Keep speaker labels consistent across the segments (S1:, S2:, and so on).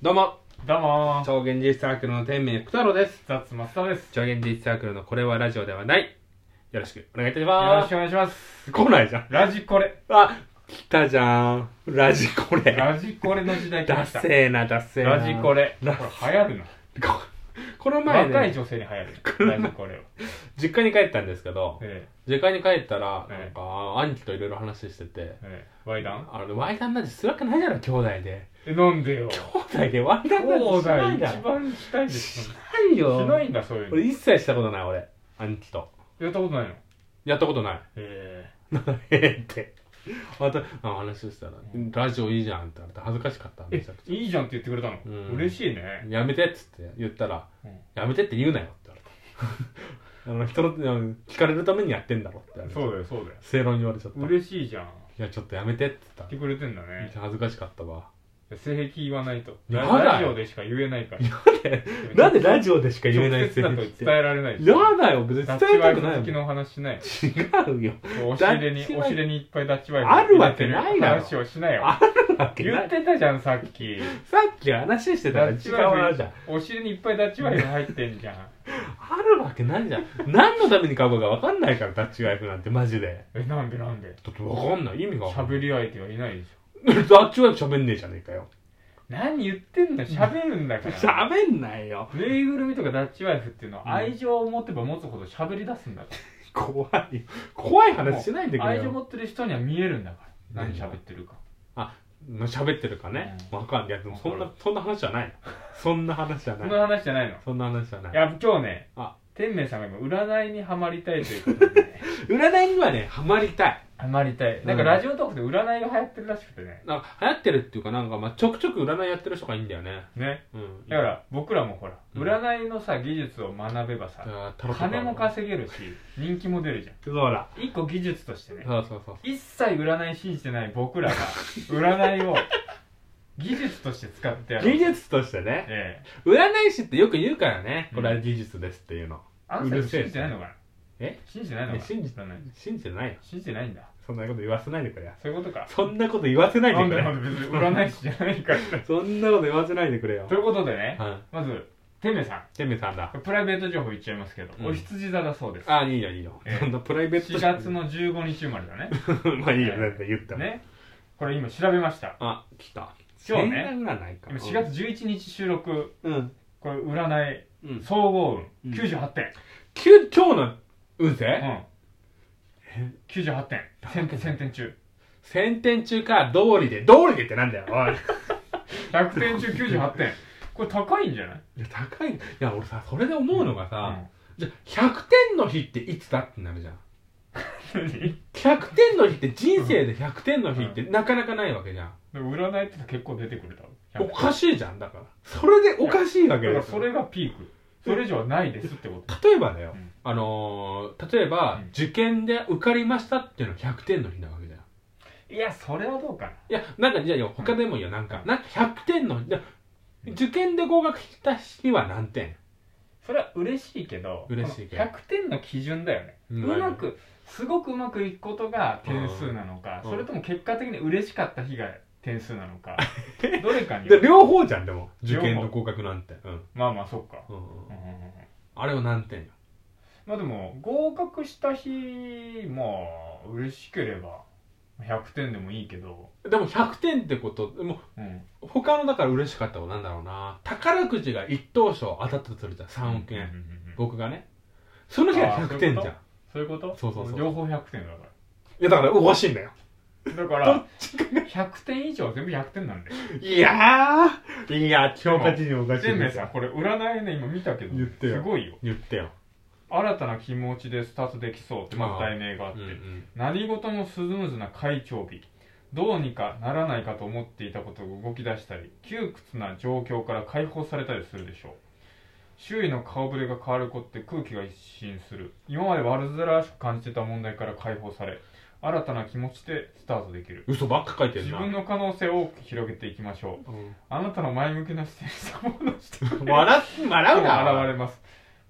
S1: どうも
S2: どうもー
S1: 超現実サークルの天命福太郎です
S2: ザッツマスターです
S1: 超現実サークルのこれはラジオではないよろしくお願いいたし
S2: よろ
S1: ま
S2: しくお願いします
S1: す来ないじゃん
S2: ラジコレ
S1: あ来たじゃんラジコレ
S2: ラジコレの時代来
S1: ダ
S2: ました
S1: ッセーなダッセーな
S2: ラジコレこ
S1: ラ
S2: れ流行るな
S1: ここの前
S2: 若い
S1: ね
S2: 女性に流行るなラジコレは
S1: 実家に帰ったんですけど
S2: え
S1: 実家に帰ったら
S2: ええ
S1: なんか兄貴といろいろ話してて
S2: えええワイダン
S1: あのワイダンなんてするわけないだろ兄弟で
S2: えなんでよ
S1: 兄弟でワイダンな
S2: 兄
S1: んて
S2: 弟
S1: しない
S2: 一
S1: だろ
S2: 番したいですし
S1: ないよ
S2: ないんだそういう
S1: 俺一切したことない俺兄貴と
S2: のやったことないの
S1: やったことない
S2: え
S1: ええってまたあ話してたら「ラジオいいじゃん」って言われて恥ずかしかっため
S2: え
S1: ちゃくち
S2: えいいじゃんって言ってくれたの
S1: うん
S2: 嬉しいね
S1: ゃ「やめて」っつって言ったら
S2: うん
S1: 「やめてって言うなよ」って言われた あの人のあの聞かれるためにやってんだろって言われ
S2: そう
S1: て
S2: だよそうだよ
S1: 正論に言われちゃったい
S2: 嬉しいじゃん
S1: やちょっとやめてって言
S2: 言
S1: っ
S2: っ
S1: て
S2: くれてんだ
S1: ためっ
S2: ね
S1: ちゃ恥ずかしかったわ
S2: 性癖言わないと
S1: や
S2: ラ
S1: だよ
S2: ラジオでしか言えないから
S1: なんでラジオでしか言えない
S2: 直接
S1: 性
S2: だと
S1: 癖
S2: 伝
S1: っ
S2: え
S1: て
S2: られないし
S1: やだよ別に
S2: ダ
S1: 伝
S2: ッチ
S1: え
S2: ワ
S1: た
S2: イ
S1: く
S2: フ
S1: ない
S2: 好
S1: も
S2: きの話しない
S1: ん違うよ
S2: おし入れに
S1: ダッチワイフ
S2: おし入れにいっぱいダッチワイフ
S1: あるわけないだろ
S2: 話をしなよ
S1: あるわけ
S2: 言
S1: な
S2: っ
S1: い
S2: てたじゃんさっき
S1: さっき話してた
S2: ダ
S1: ら違
S2: ッ
S1: う
S2: チワイ
S1: なじゃん
S2: フおし入れにいっぱいダッチワイフ入ってんじゃん
S1: あるわけないじゃん。何のために買うかわかんないから、ダッチワイフなんてマジで。
S2: えなんでなんで
S1: だってわかんない。意味がわかんない。
S2: 喋り相手はいないでしょ
S1: ダッチワイフ喋んねえじゃねえかよ。
S2: 何言ってんの喋るんだから
S1: 喋んないよ。
S2: ぬいぐるみとかダッチワイフっていうのは愛情を持てば持つほど喋り出すんだか
S1: 怖い。怖い
S2: ら
S1: 話しないんだ
S2: もう
S1: け
S2: 愛情
S1: ど。
S2: 持ってる人には見えるんだから
S1: 何
S2: 何
S1: が
S2: 喋ってるか
S1: まあ喋ってるかね。わかんない。いや、でもそん
S2: わ
S1: な
S2: か、
S1: そんな話じゃないの。そんな話じゃ
S2: そ
S1: なんい
S2: な。話じゃないの
S1: そんな話じゃないい。
S2: や今日ね
S1: あ
S2: 天明さんが今占いにはまりたいということでね
S1: 占いにはね、 ハマりたい。
S2: はまりたいなんかラジオトークで占いが流行ってるらしくてね
S1: なんか流行ってるっていうか、なんか、まあ、ちょくちょく占いやってる人がいいんだよね。
S2: ね
S1: うん。
S2: だから僕らもほら
S1: うん
S2: 占いのさ技術を学べばさ
S1: あー、タロットカード
S2: 金も稼げるし人気も出るじゃ
S1: そうだ。
S2: ん一個技術としてね
S1: そうそうそう。
S2: 一切占い信じてない 僕らが占いを技術として使ってやろう
S1: 技術としてね。
S2: ええ
S1: 占い師ってよく言うからね、
S2: う
S1: こ
S2: ん
S1: れは技術ですっていうの。
S2: あの
S1: う
S2: 人
S1: るせえ
S2: 信じてないのかな
S1: え
S2: 信じてないのか
S1: い
S2: な
S1: や信じ
S2: てない
S1: 信じてないよ。
S2: 信じてないんだ
S1: そんなこと言わせないでくれよ。
S2: そういうことか
S1: そんなこと言わせない
S2: な
S1: で
S2: ん
S1: く
S2: だ
S1: れ
S2: よ
S1: よ。
S2: 別に占い師じゃない から
S1: そんなこと言わせないでくれよ
S2: とい。うことでね
S1: はい。
S2: まず天明さん
S1: てめさんだ。
S2: プライベート情報言っちゃいますけど、
S1: うん
S2: お羊座だそうです
S1: あ、いいよいいよ
S2: ええ。
S1: そんなプライベート。
S2: 4月。の15日生まれだね
S1: まあいいよ、全然言っても。
S2: ねこれ今調べました
S1: あ、来た。
S2: 今日ね
S1: 千円占いか。
S2: 今4月11日収録
S1: うん。
S2: これ占い
S1: うん。
S2: 総合
S1: う
S2: 運
S1: ん
S2: 98点、
S1: きゅ今日の運
S2: う
S1: 勢
S2: ん、98点1000点1000点中
S1: ?1000 点中か、道理で。道理でってなんだよ、 おい。
S2: 100点中98点 これ高いんじゃない
S1: いや、高い。いや、俺さ、それで思うのがさ、
S2: あ、
S1: じゃあ100点の日っていつだってなるじゃん。
S2: うん、で
S1: 100点の日って人生で100点の日ってなかなかないわけじゃん、
S2: も占いって結構出てくるだろ
S1: おかしいじゃんだからそれでおかしいわけ
S2: だか
S1: で
S2: ら
S1: す
S2: それがピークそれ以上はないですってこと
S1: 例えばだよ、
S2: うん
S1: あのー、例えば、
S2: うん
S1: 受験で受かりましたっていうのは100点の日なわけじゃん
S2: いやそれはどうかない
S1: やなんかじゃあよ他でもいいよなんかなんか100点の日だ受験で合格した日は何点
S2: それは嬉しいけど
S1: 嬉しいけど
S2: この100点の基準だよね、
S1: う
S2: うんまくすごくうまくいくことが点数なのか、
S1: うん
S2: それとも結果的に嬉しかった日が点数なのか、どれかによ
S1: で
S2: る
S1: 両方じゃんでも受験の合格なんて、うん
S2: まあまあそっか、
S1: うんうん
S2: うんうんうん
S1: あれは何点よ
S2: まあでも合格した日も嬉しければ100点でもいいけど、
S1: でも100点ってこともう
S2: うん、
S1: 他のだから嬉しかったことなんだろうな宝くじが一等賞当たったとするじゃん3億円、
S2: うんうんうんうん
S1: 僕がねその日は
S2: あー
S1: 100点じゃんい
S2: そういうこと
S1: そうそうそう
S2: 両方100点だか
S1: やだからおかしいんだよ
S2: らだから100点以上は全部100点なんで
S1: いやーいや評価基準おかしい
S2: 全
S1: ん
S2: 部
S1: です
S2: さん
S1: よ
S2: これ占いね今見たけど
S1: 言ってよ
S2: すごいよ
S1: 言ってよ、
S2: 新たな気持ちでスタートできそうってまず題名があっ
S1: うん
S2: て、
S1: うん、
S2: 何事もスムーズな会長日どうにかならないかと思っていたことが動き出したり窮屈な状況から解放されたりするでしょう周囲の顔ぶれが変わることって空気が一新する今まで悪づらしく感じてた問題から解放され新たな気持ちでスタートできる
S1: 嘘ばっか書いて
S2: 自
S1: るな
S2: 分の可能性を大きく広げていきましょうあなたの前向きな視点その視点
S1: うん笑っ笑う
S2: も
S1: な
S2: 現れます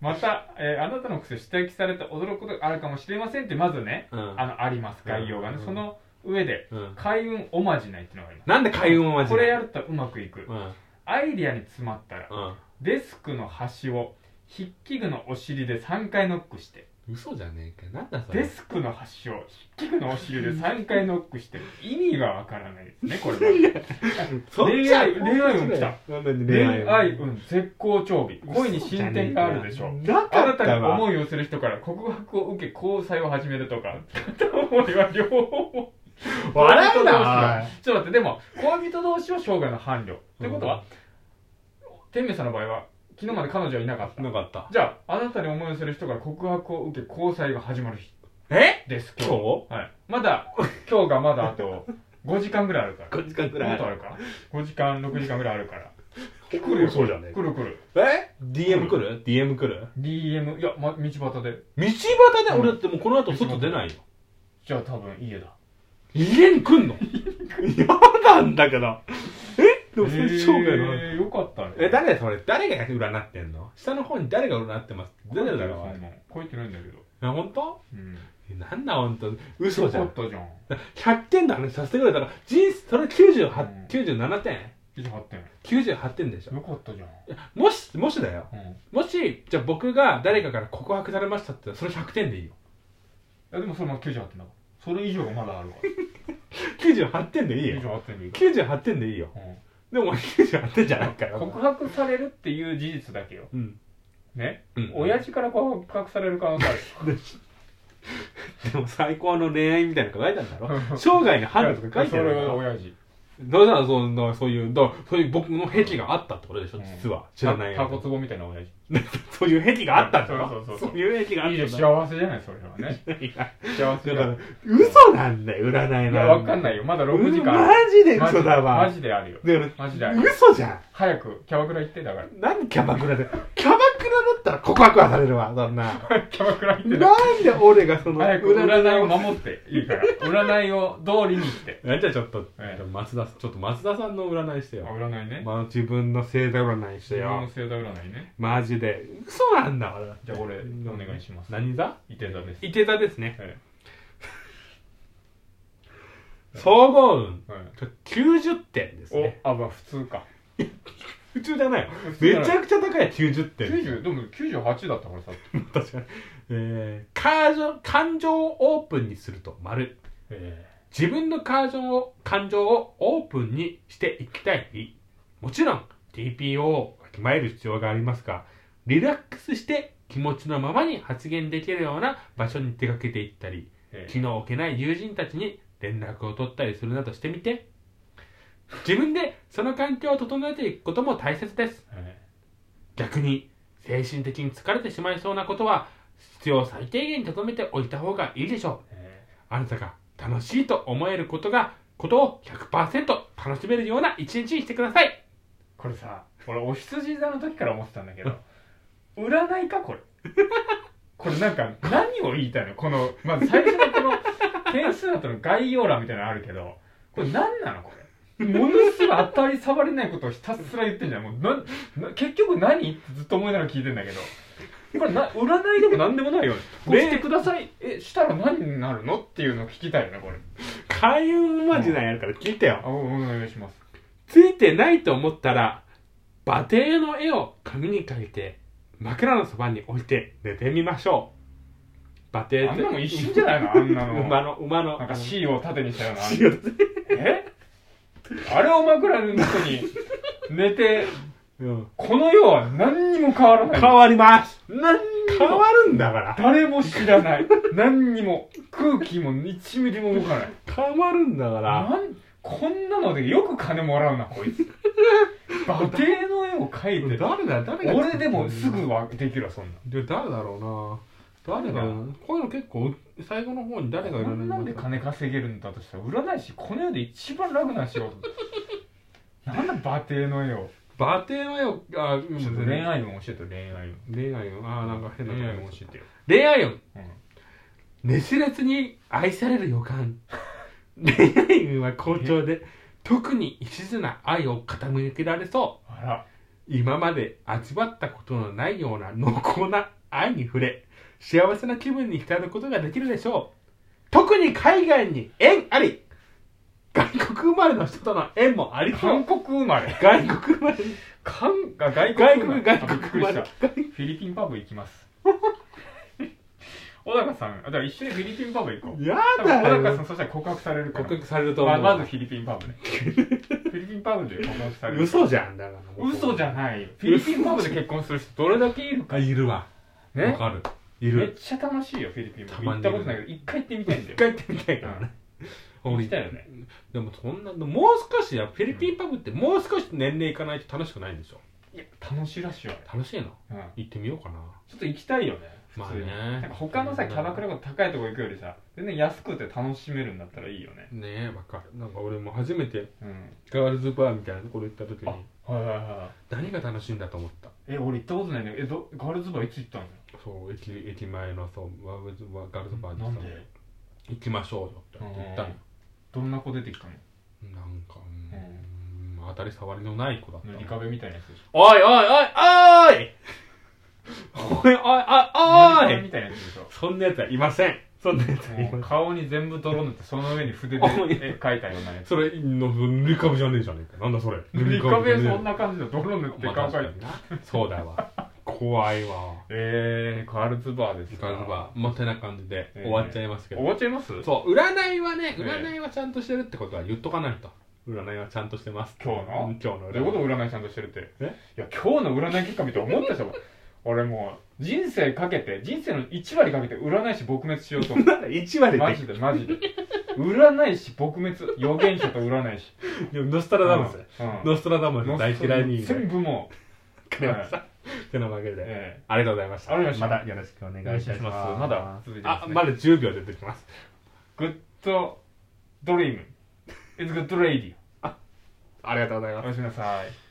S2: また、えーあなたの癖指摘されて驚くことがあるかもしれませんってまずね、
S1: うん
S2: あのあります概要がね、
S1: うん
S2: その上で
S1: うん、
S2: 開運おまじないっていうのがありま
S1: なんで開運をマ
S2: す
S1: ジ
S2: これ
S1: で
S2: やるとうまくいく、
S1: うん、
S2: アイディアに詰まったら
S1: うん
S2: デスクの端を筆記具のお尻で3回ノックして
S1: 嘘じゃねえかよなんだそれ
S2: デスクの端を筆記具のお尻で3回ノックして意味がわからないですねこれは
S1: そっち
S2: 恋愛恋愛運来た
S1: なんだ
S2: 恋愛運絶好調日恋に進展があるでしょう
S1: なか
S2: 新
S1: った
S2: たに
S1: わ
S2: 思いをする人から告白を受け交際を始めるとか 片思いは両方
S1: 笑う
S2: 恋人同
S1: な
S2: 士はちょっと待ってでも恋人同士は生涯の伴侶ってことは天明さんの場合は昨日まで彼女はいなかった
S1: なかった
S2: じゃああなたに思いをする人から告白を受け交際が始まる日
S1: え
S2: です今
S1: 今
S2: 日
S1: 日
S2: はい、まだ今日がまだあと5時 間ぐらいあるから
S1: 5時間く
S2: も
S1: ら
S2: っとあ
S1: い
S2: るか5時間6時間ぐらいあるから
S1: 来そうじゃね
S2: 来る来る
S1: え ?DM 来る ?DM 来る
S2: DM いや、ま、道端で
S1: 道端で俺だってもうこの後外出ないよ
S2: じゃあ多分家だ
S1: 家に来んの嫌なんだけどえでも それ生涯の
S2: えー、よかったね
S1: え誰それ誰が占ってんの下の方に誰が占ってます誰だろうあれ
S2: そんな書いてないんだけど
S1: え本当
S2: うん
S1: えなんだ本当嘘じゃ
S2: よ
S1: ん
S2: かったじゃん
S1: 100点の話させてくれたら人生それ98、
S2: うん
S1: 97点
S2: 28点
S1: 98点でしょ
S2: よかったじゃん、
S1: もしもしだよ
S2: うん、い
S1: もしじゃあ僕が誰かから告白されましたって言ったらそれ100点でいいよ
S2: やでもそれまだ98点だからそれ以上がまだあるから
S1: 98点 でいいよ
S2: 98点でいいか
S1: 98点でいいよ
S2: ら、うん
S1: でもお前98点じゃないから
S2: 告白されるっていう事実だけよ
S1: うん、
S2: ね、
S1: うん、
S2: 親父から告白される可能性ある
S1: でも最高の恋愛みたいなの書いてあるんだろ生涯の 春とか書いてあるん
S2: そ
S1: だ
S2: れは
S1: ろ
S2: 親父
S1: だからそんなそういうだからそういう僕の癖があったってことでしょ、
S2: うん
S1: 実は知らない
S2: タ
S1: よ
S2: コツボみたいな親父
S1: そういう癖があったんだろ
S2: そうそうそうそう
S1: いう癖があっ
S2: いい
S1: た
S2: よ
S1: んだ
S2: 幸せじゃないそれ はね
S1: いや
S2: 幸
S1: だ
S2: せじ
S1: か
S2: ゃな
S1: ら
S2: い
S1: 嘘なんだよ占い
S2: い
S1: の
S2: やわかんないよまだ6時間
S1: うん
S2: あ
S1: マ
S2: る
S1: ジで嘘だわ
S2: マジであるよ
S1: だか
S2: マジであ
S1: ら
S2: る
S1: 嘘じゃん
S2: 早くキャバクラ行ってだから
S1: 何キャバクラでキャバクラだったら告白はされるわそんな
S2: キャバクラ行ってだ
S1: なんで俺がその
S2: 早く占いを守ってい いから占いを通りに来て
S1: えじゃあちょっと、
S2: ええ
S1: 松田ちょっと松田さんの占いして
S2: あ
S1: よ、
S2: 占いね
S1: まあ、自分の星座占いして
S2: 自分の
S1: よ
S2: 星座占いね
S1: マジで嘘なんだ俺
S2: じゃあ俺お願いします
S1: 何座
S2: 伊手座です
S1: 伊手座ですね
S2: え
S1: 総合運
S2: えはい
S1: ちょ90点ですね
S2: おあまあ普通か
S1: 普通じゃないよ
S2: 普通
S1: め
S2: だな
S1: ちゃくちゃ高い90点
S2: 90でも98だっ たからさ
S1: 確かに、えー、感情感情をオープンにすると丸
S2: え
S1: 自分の感情を感情をオープンにしていきたい日もちろん TPO をわきまえる必要がありますがリラックスして気持ちのままに発言できるような場所に出かけていったり
S2: え
S1: 気の置けない友人たちに連絡を取ったりするなどしてみて自分でその環境を整えていくことも大切です
S2: え
S1: 逆に精神的に疲れてしまいそうなことは必要最低限に留めておいた方がいいでしょう
S2: え
S1: あなたが楽しいと思えることがことを100%楽しめるような一日にしてください
S2: これさ俺お羊座の時から思ってたんだけど占いか これこれなんか何を言いたいのこのまず最初のこの点数だとの概要欄みたいなのあるけどこれ何なのこれものすごい当たり障りないことをひたすら言ってんじゃんもうなんな結局何ってずっと思いながら聞いてんだけどこれな占いでも何でもないよねこうしてくださいえしたら何になるのっていうのを聞きたいよねこれ
S1: 開運マジなんやるから聞いてよ
S2: あおお願いします
S1: ついてないと思ったら馬蹄の絵を紙に描いて枕のそばに置いて寝てみましょう馬蹄って
S2: あんなもん一瞬じゃないのあんな の
S1: 馬の馬の
S2: なんか C を縦にしたような
S1: 塩だね
S2: えあれを枕の中に寝て、
S1: うん
S2: この世は何にも変わらない。
S1: 変わります
S2: 何に
S1: 変
S2: も。
S1: わるんだから
S2: 誰も知らない。何にも。空気も1ミリも動かない。
S1: 変わるんだから
S2: なんこんなのでよく金もらうな、こいつ。馬蹄の絵を描いて
S1: 誰だよ誰が作ったの
S2: 俺でもすぐはできるわ、そんな。
S1: で誰だろうな誰が
S2: う
S1: こういうの結構最後の方に誰がい
S2: こ
S1: る
S2: んなんで金稼げるんだとしたら、占い師、この世で一番楽な仕事。なんだ馬蹄の絵を。
S1: バテはよあうん
S2: ちょっと恋愛運教えてよ、恋愛運。
S1: 恋愛よあーなんか変な
S2: 恋
S1: 感
S2: 愛運
S1: じ
S2: 教えてよ。
S1: 恋愛よ
S2: うん
S1: 熱烈に愛される予 感恋愛運は好調で特に一途な愛を傾けられそ
S2: あら。
S1: う今まで味わったことのないような濃厚な愛に触れ幸せな気分に浸ることができるでしょう特に海外に縁あり外国生まれの人との縁もありそう
S2: 韓国生まれ
S1: 外国生まれ
S2: 韓あ外国
S1: 外
S2: 生まれ
S1: 国外
S2: あび
S1: 国
S2: っく
S1: 生
S2: り
S1: ま
S2: し
S1: れ
S2: たフィリピンパブ行きます小高さんあじゃあ一緒にフィリピンパブ行こう
S1: や
S2: 多分
S1: だ
S2: 小高
S1: よ
S2: さんそしたら告白されるから
S1: 告白されると思
S2: ま
S1: う、
S2: まずフィリピンパブでフィリピンパブで告白される
S1: 嘘じゃんだから
S2: 嘘じゃないフィリピンパブで結婚する人どれだけいるか
S1: あいるわわ
S2: ね
S1: かるい
S2: めっ
S1: る
S2: ちゃ楽しいよフィリピンパ
S1: た
S2: ブ
S1: ま
S2: 行
S1: に
S2: っ
S1: ね
S2: たことないけど一回行ってみたいん
S1: 一
S2: だよ
S1: 回行ってみたいからね
S2: 行きたいよね
S1: でもそんなもう少しやフィリピンパブってもう少し年齢いかないと楽しくないんでしょ
S2: いや楽しいらしいよ、
S1: 楽しいの
S2: うん、ち
S1: 行ってみようかな
S2: ょっと行きたいよね
S1: まあ
S2: 普通になん
S1: ね
S2: か他のさキャバクラが高いとこ行くよりさ全然安くて楽しめるんだったらいいよね
S1: ねえわかるなんか俺も初めて
S2: うん
S1: ガールズバーみたいなところ行った時に
S2: あはいはいはい
S1: 何が楽しいんだと思った
S2: え俺行ったことないんだけどえどガールズバーいつ行ったの
S1: そう駅駅前のそうワワガールズバーに
S2: な
S1: さ
S2: んで
S1: 行きましょうよって言ったの
S2: どんな子出てきたの
S1: なんかうん当たり障りのない子だった
S2: 塗り壁みたいなやつでしょ
S1: おいおいおいおいおいおいおい
S2: 塗り
S1: お
S2: 壁
S1: い
S2: みたいなやつでしょ
S1: そんなやつはいませんそんなやつはい
S2: もう
S1: ません
S2: 顔に全部泥塗ってその上に筆で
S1: おい
S2: 絵描いたようなや つ
S1: それの塗り壁じゃねえじゃねえかなんだそれ
S2: 塗り壁
S1: じゃねえ
S2: そんな感じで泥塗って
S1: まあ
S2: 顔
S1: 確か
S2: 描い
S1: に
S2: て
S1: なそうだわ怖いわ
S2: えー、ガールズバーですか
S1: ガールズバーまあてな感じで
S2: ええ
S1: 終わっちゃいますけ
S2: 終
S1: ど、
S2: わっちゃいます
S1: そう占いはね
S2: ええ
S1: 占いはちゃんとしてるってことは言っとかないと占いはちゃんとしてます
S2: 今日の
S1: うん今日の
S2: どういうこと
S1: 占い
S2: 占いちゃんとしてるって
S1: え
S2: いや今日の占い結果見て思ったでしょ俺もう人生かけて人生の1割かけて占い師撲滅しようと 思っ
S1: なんだ1割
S2: て
S1: で
S2: マジでマジで占い師撲滅予言者と占い師
S1: いや ノストラダムス、
S2: うん
S1: ノストラダムス大嫌いに
S2: 全部も
S1: 変え ましたてなわけ
S2: う、
S1: で
S2: え
S1: ありがとうございました
S2: ありがとうございました
S1: だよろしくお願
S2: え
S1: いします
S2: まだ続いてま
S1: あ
S2: す、ね、
S1: まだ10秒出てきます
S2: グッドドリーム It's good radio
S1: ありがとうございます
S2: おやすみなさい